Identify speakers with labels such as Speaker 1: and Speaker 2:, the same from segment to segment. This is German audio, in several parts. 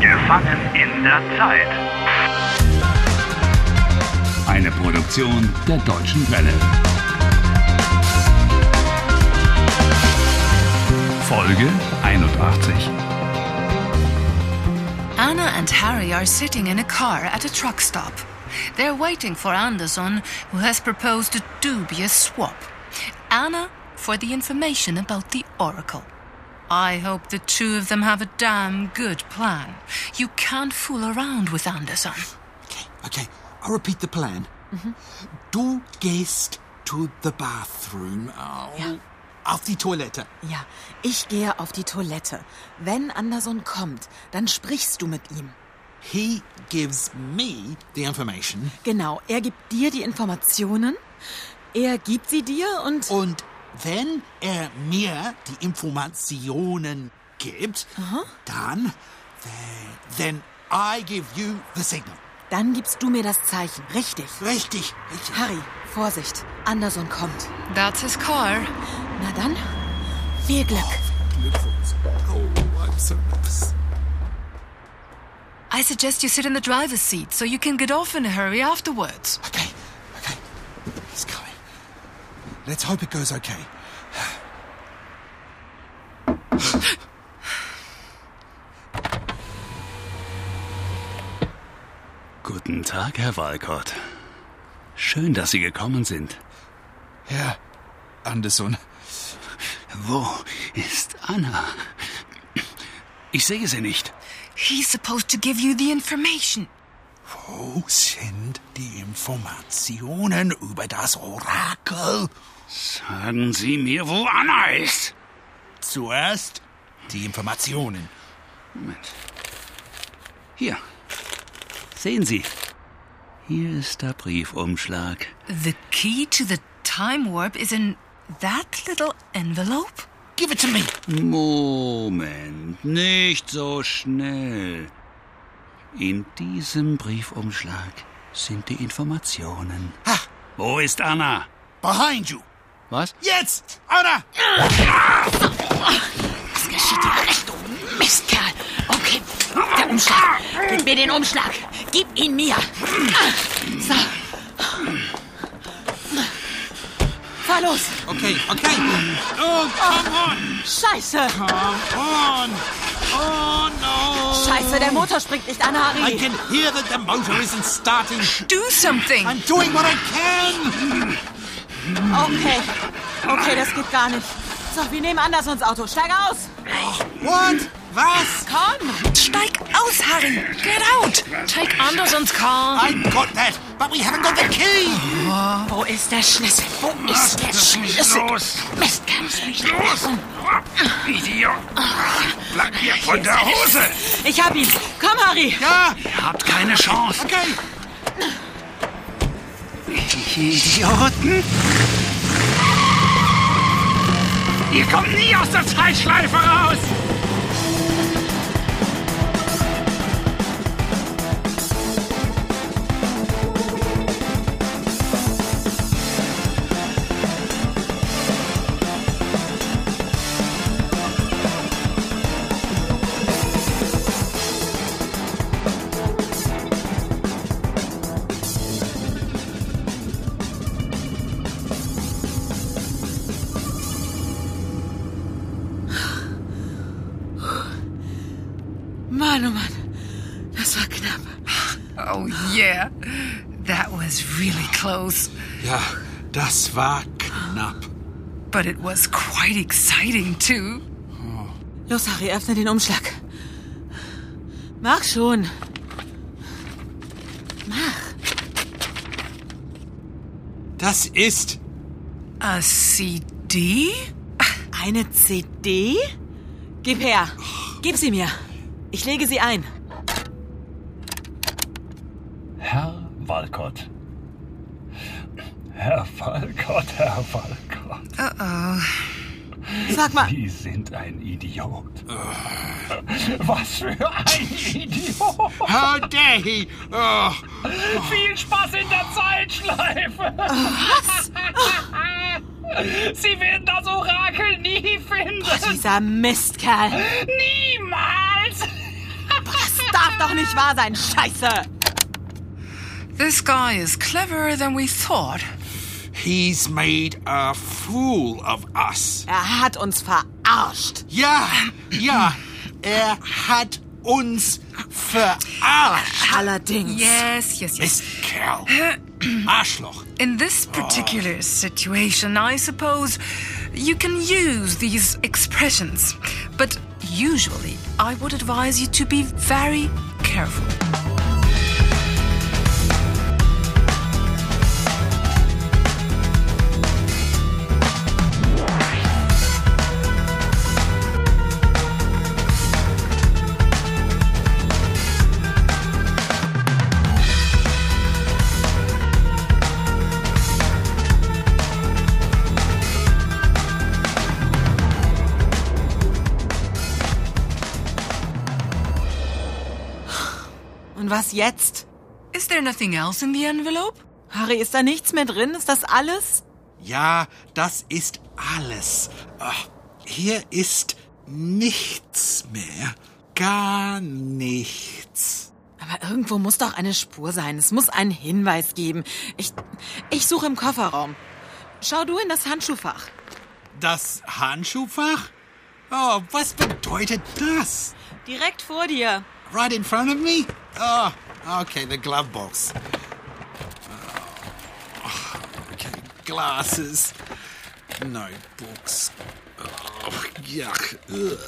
Speaker 1: Gefangen in der Zeit.
Speaker 2: Eine Produktion der Deutschen Welle. Folge 81.
Speaker 3: Anna and Harry are sitting in a car at a truck stop. They're waiting for Anderson, who has proposed a dubious swap. Anna for the information about the Oracle. I hope the two of them have a damn good plan. You can't fool around with Anderson.
Speaker 4: Okay, okay. I'll repeat the plan. Du gehst to the bathroom. Au. Auf die Toilette.
Speaker 5: Ja, ich gehe auf die Toilette. Wenn Anderson kommt, dann sprichst du mit ihm.
Speaker 4: He gives me the information
Speaker 5: Genau, er gibt dir die Informationen, er gibt sie dir und
Speaker 4: und wenn er mir die Informationen gibt, dann then I give you the signal.
Speaker 5: dann gibst du mir das Zeichen. Richtig.
Speaker 4: Richtig, richtig.
Speaker 5: Harry, Vorsicht, Anderson kommt.
Speaker 3: That's his car.
Speaker 5: Na dann, viel Glück.
Speaker 4: Oh, I'm so nervous.
Speaker 3: I suggest you sit in the driver's seat so you can get off in a hurry afterwards.
Speaker 4: Okay, okay. He's coming. Let's hope it goes okay.
Speaker 2: Guten Tag, Herr Walcott. Schön, dass Sie gekommen sind.
Speaker 4: Herr Anderson.
Speaker 2: Wo ist Anna? Ich sehe sie nicht.
Speaker 3: He's supposed to give you the information.
Speaker 4: Wo sind die Informationen über das Orakel?
Speaker 2: Sagen Sie mir, wo Anna ist.
Speaker 4: Zuerst die Informationen.
Speaker 2: Moment. Hier. Sehen Sie. Hier ist der Briefumschlag.
Speaker 3: The key to the time warp is in that little envelope?
Speaker 4: Give it to me.
Speaker 2: Moment, nicht so schnell. In diesem Briefumschlag sind die Informationen.
Speaker 4: Ah,
Speaker 2: Wo ist Anna?
Speaker 4: behind you.
Speaker 2: Was?
Speaker 4: Jetzt, Anna.
Speaker 6: Was geschieht hier? Ach, du Mistkerl. Okay, der Umschlag. Gib mir den Umschlag. Gib ihn mir. So. Fahr los.
Speaker 4: Okay, okay. Oh, come on,
Speaker 6: Scheiße.
Speaker 4: come on. Oh no.
Speaker 6: Scheiße, der Motor springt nicht an,
Speaker 4: I
Speaker 6: Harry.
Speaker 4: can hear that the motor isn't starting.
Speaker 3: Do something!
Speaker 4: I'm doing what I can.
Speaker 5: Okay, okay, das geht gar nicht. So, wir nehmen Andersons Auto. Steig aus.
Speaker 4: What? Was?
Speaker 5: Komm.
Speaker 3: Steig aus, Harry! Get out! Take Anderson's car.
Speaker 4: I got that, but we haven't got the key.
Speaker 6: Wo ist der Schlüssel? Wo ist der Schlüssel?
Speaker 2: Los,
Speaker 6: Mistkerl.
Speaker 2: los! Idiot! Bleib mir von der Hose!
Speaker 5: Ich hab ihn. Komm, Harry.
Speaker 4: Ja,
Speaker 2: Ihr habt keine Chance!
Speaker 4: Ah, okay.
Speaker 2: Idioten! Ihr kommt nie aus der Zeitschleife raus!
Speaker 5: Mann, oh Mann. Das war knapp.
Speaker 3: Oh, yeah. That was really close.
Speaker 4: Ja, das war knapp.
Speaker 3: But it was quite exciting, too.
Speaker 5: Los, Harry, öffne den Umschlag. Mach schon. Mach.
Speaker 4: Das ist
Speaker 3: A CD?
Speaker 5: Eine CD? Gib her. Gib sie mir. Ich lege sie ein.
Speaker 2: Herr Walcott. Herr Walcott, Herr Walcott,
Speaker 5: Sag mal,
Speaker 2: Sie sind ein Idiot. Was für ein Idiot!
Speaker 4: How dare he? Oh,
Speaker 2: Viel Spaß in der Zeitschleife! Sie werden das Orakel nie finden!
Speaker 5: dieser Mistkerl.
Speaker 2: Niemals!
Speaker 5: Was darf doch nicht wahr sein, Scheiße!
Speaker 3: This guy is cleverer than we thought.
Speaker 4: He's made a fool of us.
Speaker 5: Er hat uns verarscht.
Speaker 4: Ja, ja, er hat uns verarscht.
Speaker 5: Allerdings.
Speaker 3: Yes, yes, yes.
Speaker 4: Mistkerl. Arschloch.
Speaker 3: In this particular situation, I suppose you can use these expressions, but usually I would advise you to be very careful.
Speaker 5: Und was jetzt?
Speaker 3: Is there nothing else in the envelope?
Speaker 5: Harry, ist da nichts mehr drin? Ist das alles?
Speaker 4: Ja, das ist alles. Ach, Hier ist nichts mehr. Gar nichts.
Speaker 5: Aber irgendwo muss doch eine Spur sein. Es muss einen Hinweis geben. Ich, ich suche im Kofferraum. Schau du in das Handschuhfach.
Speaker 4: Das Handschuhfach? Oh, was bedeutet das?
Speaker 5: Direkt vor dir.
Speaker 4: Right in front of me? Oh, okay, the glove box. Oh, okay, glasses. No books. Oh, yuck. Ugh.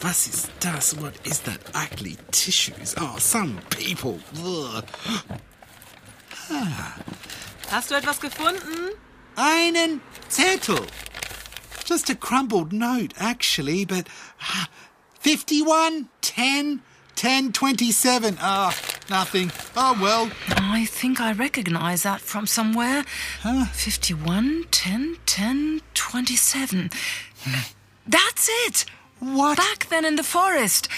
Speaker 4: Was is das? What is that? Ugly tissues. Oh, some people. Ugh.
Speaker 5: Hast du etwas gefunden?
Speaker 4: Einen Zettel. Just a crumbled note, actually, but ah, 51, 10, 10, 27. Ah, nothing. Oh, well.
Speaker 3: I think I recognize that from somewhere. 51, 10, 10, 27. That's it!
Speaker 4: What?
Speaker 3: Back then in the forest.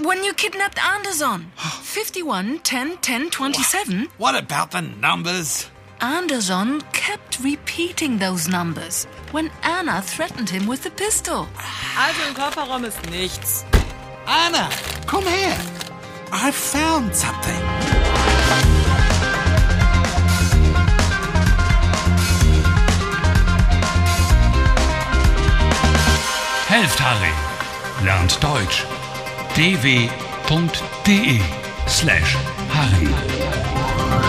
Speaker 3: When you kidnapped Anderson. 51, 10, 10, 27.
Speaker 4: What about the numbers?
Speaker 3: Anderson kept repeating those numbers when Anna threatened him with the pistol.
Speaker 5: Also im Kofferraum ist nichts.
Speaker 4: Anna, come here. I found something.
Speaker 2: Helft Harry. Lernt Deutsch. dw.de slash Harry.